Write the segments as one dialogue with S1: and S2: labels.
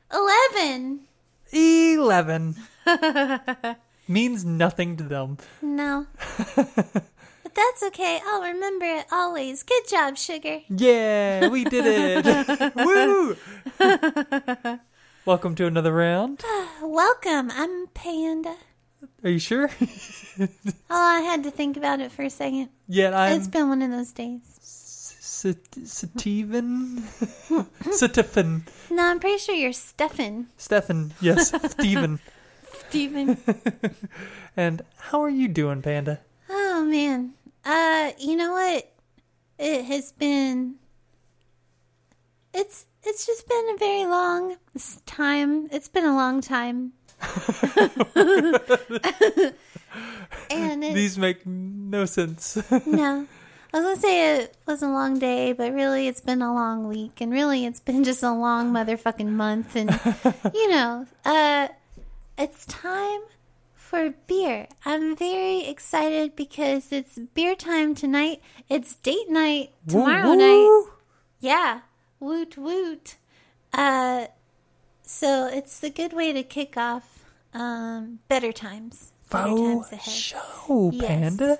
S1: 11 means nothing to them.
S2: No. but that's okay. I'll remember it always. Good job, Sugar.
S1: Yeah, we did it. Woo! Welcome to another round.
S2: Welcome. I'm Panda.
S1: Are you sure?
S2: Oh, I had to think about it for a second.
S1: Yet I'm
S2: it's been one of those days.
S1: Steven. Stefan.
S2: No, I'm pretty sure you're Stefan.
S1: Stefan. Yes, Steven.
S2: Steven.
S1: And how are you doing, Panda?
S2: Oh man. Uh you know what? It has been it's it's just been a very long s- time. It's been a long time. and it,
S1: These make no sense.
S2: no. I was gonna say it was a long day, but really it's been a long week and really it's been just a long motherfucking month and you know, uh it's time for beer. I'm very excited because it's beer time tonight. It's date night
S1: Woo,
S2: tomorrow
S1: woo.
S2: night. Yeah. Woot woot. Uh so it's a good way to kick off um better times. Better times
S1: Faux
S2: ahead.
S1: show,
S2: Yes.
S1: Panda.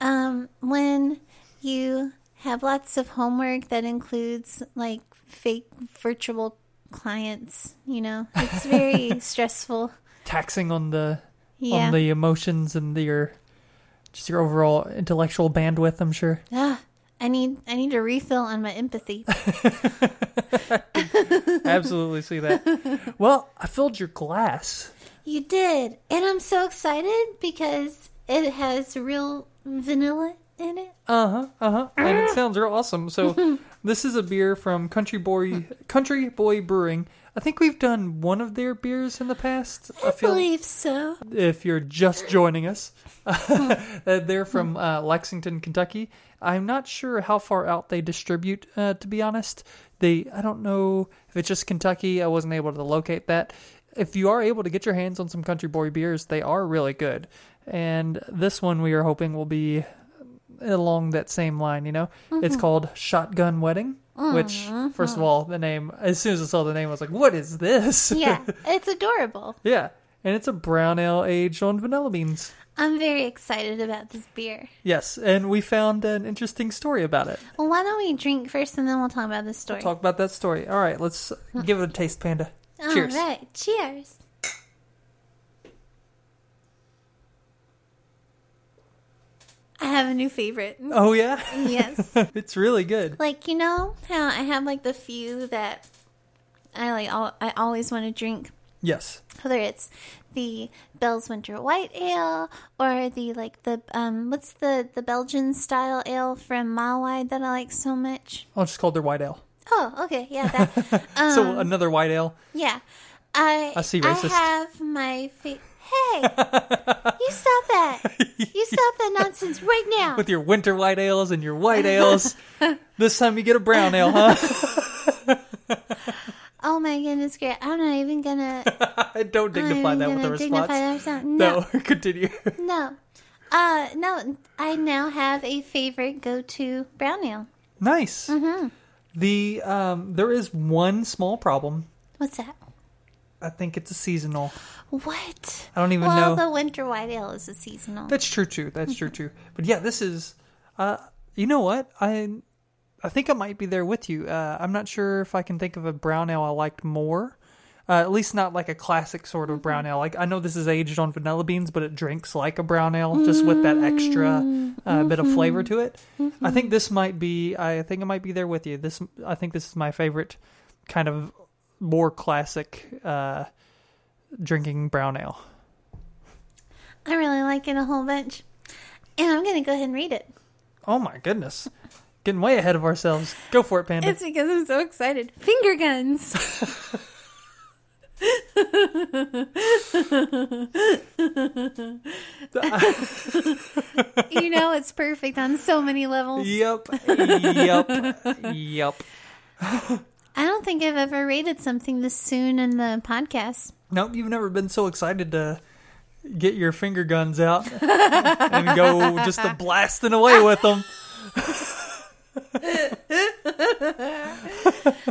S2: Um, when you have lots of homework that includes like fake virtual clients, you know, it's very stressful.
S1: Taxing on the
S2: Yeah.
S1: on the emotions and the, your just your overall intellectual bandwidth. I'm sure.
S2: Ah, I need I need a refill on my empathy.
S1: Absolutely see that. well, I filled your glass.
S2: you did, and I'm so excited because it has real vanilla in it.
S1: Uh huh. Uh huh. And it sounds real awesome. So this is a beer from Country Boy Country Boy Brewing. I think we've done one of their beers in the past. I
S2: I believe so.
S1: if you're just joining us. Uh, They're from uh, Lexington, Kentucky. I'm not sure how far out they distribute, uh, to be honest. They, I don't know if it's just Kentucky. I wasn't able to locate that. If you are able to get your hands on some Country Boy beers, they are really good. And this one we are hoping will be along that same line, you know? It's called Shotgun Wedding, which, first of all, the name, as soon as I saw the name, I was like, what is this?
S2: Yeah, it's adorable.
S1: Yeah, and it's a brown ale aged on vanilla beans.
S2: I'm very excited about this beer.
S1: Yes, and we found an interesting story about it.
S2: Well, why don't we drink first and then we'll talk about this story.
S1: Talk about that story. All right, let's give it a taste, Panda. Cheers.
S2: All right, cheers. I have a new favorite.
S1: Oh yeah,
S2: yes.
S1: it's really good.
S2: Like, you know how I have like the few that I like all I always want to drink
S1: Yes,
S2: whether it's the Bell's Winter White Ale or the like the um what's the the Belgian style ale from Mile Wide that I like so much.
S1: I'll just call their white ale.
S2: Oh, okay. Yeah, that. Um.
S1: so another white ale.
S2: Yeah. I,
S1: I see racist.
S2: have my fa- Hey! you stop that! You stop that nonsense right now!
S1: With your winter white ales and your white ales, this time you get a brown ale, huh?
S2: Oh my goodness, great. I'm not even gonna,
S1: Don't
S2: I'm not
S1: dignify
S2: even
S1: that with a
S2: gonna dignify
S1: response.
S2: that response. No,
S1: No, continue.
S2: no. Uh, no, I now have a favorite go to brown ale.
S1: nice.
S2: Mm-hmm.
S1: The um, there is one small problem.
S2: What's that?
S1: I think it's a seasonal.
S2: What?
S1: I don't even
S2: well,
S1: know.
S2: the winter white ale is a seasonal.
S1: That's true too. That's true too. But yeah, this is. Uh, you know what? I I think I might be there with you. Uh, I'm not sure if I can think of a brown ale I liked more. Uh, at least not like a classic sort of brown ale. Like I know this is aged on vanilla beans, but it drinks like a brown ale, just with that extra uh, bit of flavor to it. I think this might be. I think I might be there with you. This. I think this is my favorite kind of more classic uh, drinking brown ale.
S2: I really like it a whole bunch. And I'm gonna go ahead and read it.
S1: Oh my goodness. Getting way ahead of ourselves. Go for it, Panda.
S2: It's because I'm so excited. Finger guns. you know, it's perfect on so many levels.
S1: yep. Yep. yep.
S2: I don't think I've ever rated something this soon in the podcast.
S1: Nope, you've never been so excited to get your finger guns out and go just a blasting away with them.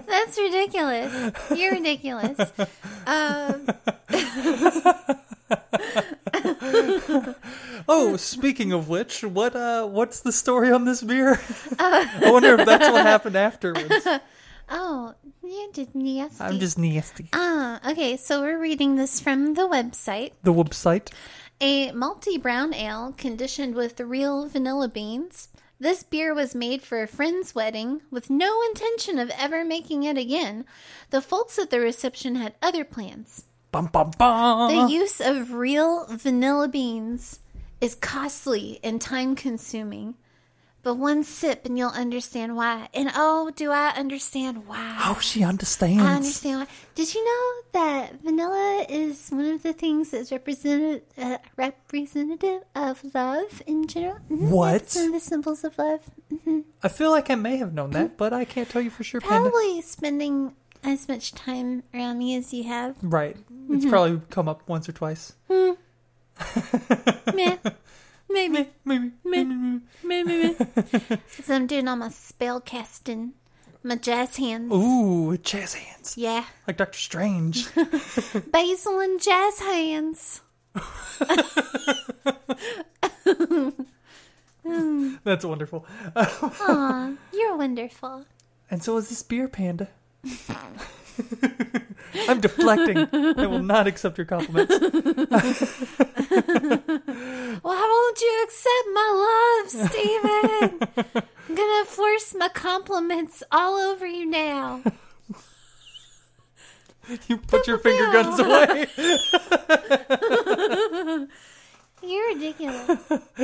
S2: That's ridiculous. You're ridiculous. Um,
S1: Oh, speaking of which, what uh, what's the story on this beer? I wonder if that's what happened afterwards.
S2: Oh, you're just nasty.
S1: I'm just nasty.
S2: Ah, okay, so we're reading this from the website.
S1: The website.
S2: A malty brown ale conditioned with real vanilla beans. This beer was made for a friend's wedding with no intention of ever making it again. The folks at the reception had other plans.
S1: Bum bum bum.
S2: The use of real vanilla beans is costly and time consuming. But one sip and you'll understand why. And oh, do I understand why?
S1: oh, she
S2: I
S1: understands.
S2: understand why. Did you know that vanilla is one of the things that's represented, uh, representative of love in general? Mhm,
S1: What?
S2: It's one of the symbols of love.
S1: I feel like I may have known that, but I can't tell you for sure, Panda.
S2: Probably spending as much time around me as you have.
S1: Right. It's probably come up once or twice.
S2: Meh. Maybe.
S1: Maybe.
S2: Maybe. Because I'm doing all my spell casting, my jazz hands.
S1: Ooh, jazz hands.
S2: Yeah.
S1: Like Doctor Strange.
S2: Basil and jazz hands.
S1: That's wonderful.
S2: Aw, you're wonderful.
S1: And so is this beer, Panda. I'm deflecting. I will not accept your compliments.
S2: Why won't you accept my love, Steven? I'm gonna force my compliments all over you now.
S1: You put your finger guns away.
S2: You're ridiculous.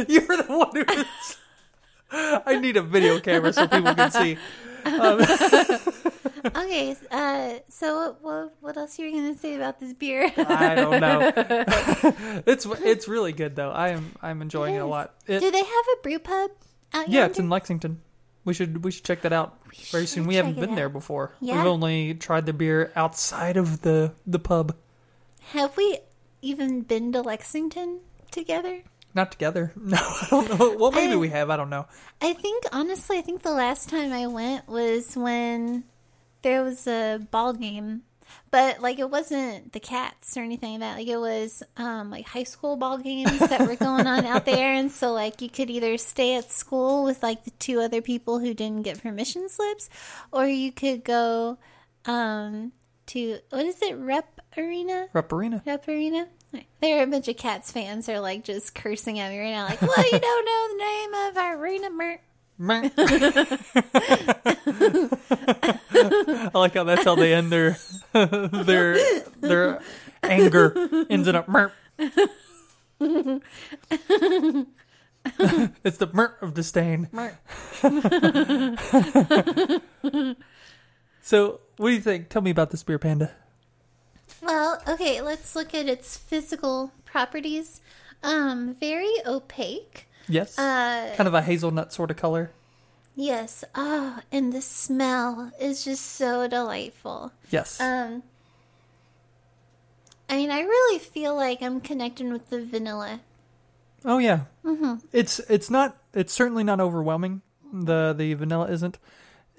S1: You're the one who is. I need a video camera so people can see.
S2: Okay, uh, so what, what, what else are you gonna say about this beer?
S1: I don't know. it's it's really good though. I am I'm enjoying it, a lot. It,
S2: Do they have a brew pub out
S1: yeah,
S2: yonder?
S1: it's in Lexington. We should we should check that out very
S2: should
S1: soon. We
S2: check
S1: haven't
S2: it
S1: been
S2: out.
S1: there before.
S2: Yeah.
S1: We've only tried the beer outside of the the pub,
S2: Have we even been to Lexington together?
S1: not together. No, I don't know. Well, maybe
S2: I-
S1: we have. I don't know.
S2: I think honestly, I think the last time I went was when there was a ball game, but like it wasn't the cats or anything like that. Like it was um, like high school ball games that were going on out there, and so like you could either stay at school with like the two other people who didn't get permission slips, or you could go um, to what is it, Rep Arena?
S1: Rep Arena.
S2: Rep Arena. There are a bunch of Cats fans are like just cursing at me right now, like, "Well, you don't know the name of Irina Mer."
S1: Meh. I like how that's how they end their their their anger ends in a merp. it's the merp of disdain. So, what do you think? Tell me about this beer, Panda.
S2: Well, okay, let's look at its physical properties. Um, very opaque.
S1: Yes,
S2: Uh,
S1: kind of a hazelnut sort of color.
S2: yes. Oh, and the smell is just so delightful.
S1: Yes,
S2: Um, I mean, I really feel like I'm connecting with the vanilla.
S1: Oh yeah, it's it's not it's certainly not overwhelming. the The vanilla isn't.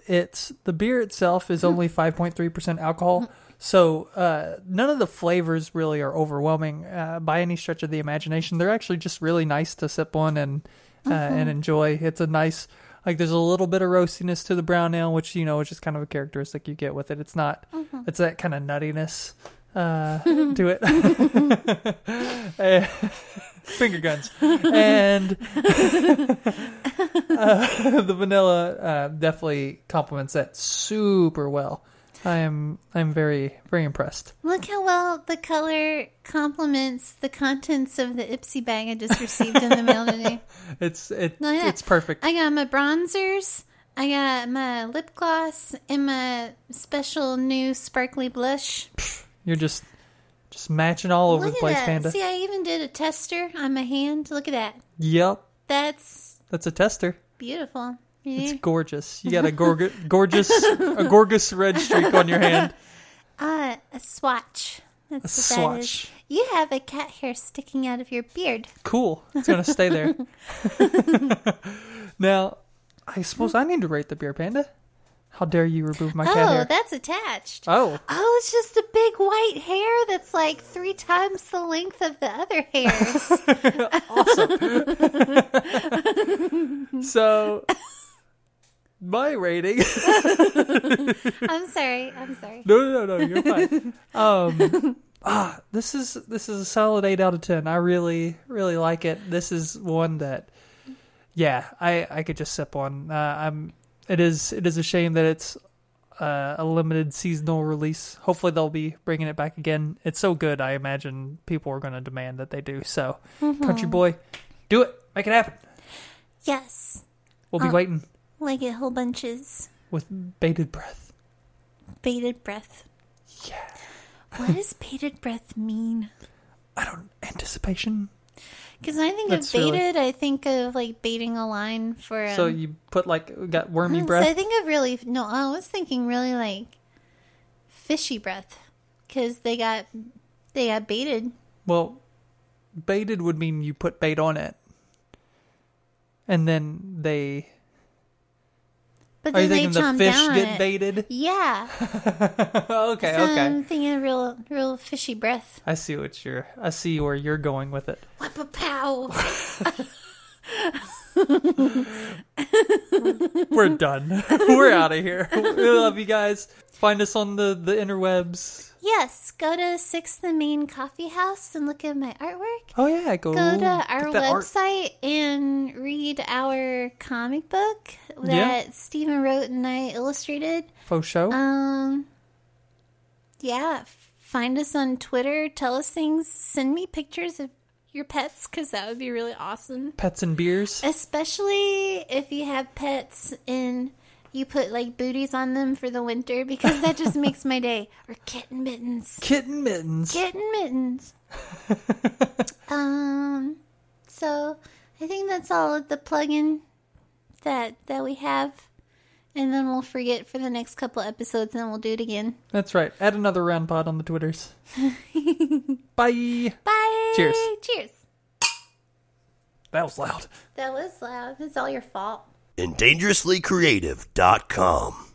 S1: It's the beer itself is only five point three percent alcohol, so uh, none of the flavors really are overwhelming uh, by any stretch of the imagination. They're actually just really nice to sip on and uh, and enjoy. It's a nice like there's a little bit of roastiness to the brown ale, which you know is just kind of a characteristic you get with it. It's not it's that kind of nuttiness uh, to it. Eh, finger guns and uh, the vanilla uh, definitely complements that super well i am i'm very very impressed
S2: Look how well the color complements the contents of the Ipsy bag I just received in the mail today.
S1: it's it,
S2: No, Oh, yeah.
S1: it's perfect
S2: I got my bronzers. I got my lip gloss and my special new sparkly blush.
S1: you're just just matching all over
S2: Look
S1: the
S2: at
S1: place
S2: that.
S1: panda
S2: See, I even did a tester on my hand. Look at that.
S1: yep
S2: That's
S1: that's a tester
S2: beautiful.
S1: it's
S2: Yeah.
S1: gorgeous you got a gorg- gorgeous a gorgeous red streak on your hand
S2: Uh, a swatch. That's
S1: A
S2: what that is.
S1: swatch.
S2: You have a cat hair sticking out of your beard.
S1: cool it's gonna stay there now i suppose i need to rate the beer panda How dare you remove my cat
S2: Oh,
S1: hair?
S2: that's attached.
S1: oh,
S2: Oh, it's just a big white hair that's like three times the length of the other hairs.
S1: so my rating.
S2: I'm sorry. I'm sorry.
S1: no, no, no, no, you're fine. Um, ah, this is this is a solid eight out of ten. I really, really like it. This is one that, yeah, I I could just sip on. Uh, I'm. It is it is a shame that it's uh, a limited seasonal release. Hopefully they'll be bringing it back again. It's so good. I imagine people are going to demand that they do. So, Country Boy, do it. Make it happen.
S2: Yes.
S1: We'll be
S2: Uh,
S1: waiting
S2: Like a whole bunches
S1: with bated breath.
S2: bated breath.
S1: Yeah.
S2: What does bated breath mean?
S1: I don't anticipation.
S2: Because when I think
S1: That's
S2: of
S1: really-
S2: baited, I think of like baiting a line for. Um,
S1: So you put like got wormy
S2: Mm,
S1: breath.
S2: So I think of really no. I was thinking really like fishy breath because they got they got baited.
S1: Well, baited would mean you put bait on it, and then they.
S2: But
S1: Are you
S2: then they
S1: thinking the
S2: chomped
S1: fish
S2: down on
S1: get
S2: it.
S1: baited?
S2: Yeah.
S1: okay,
S2: so
S1: okay.
S2: I'm thinking of real real fishy breath.
S1: I see what you're. I see where you're going with it.
S2: Whapa pow.
S1: We're done. We're out of here. We love you guys. Find us on the the interwebs.
S2: yes. Go to Sixth and Main Coffee House and look at my artwork.
S1: Oh yeah, go
S2: Go to
S1: look
S2: our
S1: at that art.
S2: website and read our comic book that
S1: Yeah.
S2: Stephen wrote and I illustrated.
S1: faux show.
S2: Um, yeah. Find us on Twitter. Tell us things. Send me pictures of your pets because that would be really awesome.
S1: Pets and beers.
S2: Especially if you have pets and you put like booties on them for the winter because that just makes my day. Or kitten mittens.
S1: Kitten mittens.
S2: Kitten mittens. um, so I think that's all of the plug-in that that we have. And then we'll forget for the next couple episodes and we'll do it again.
S1: That's right. Add another round pod on the twitters. Bye.
S2: Bye.
S1: Cheers.
S2: Cheers.
S1: That was loud.
S2: That was loud. It's all your fault.
S3: and dangerouslycreative.com.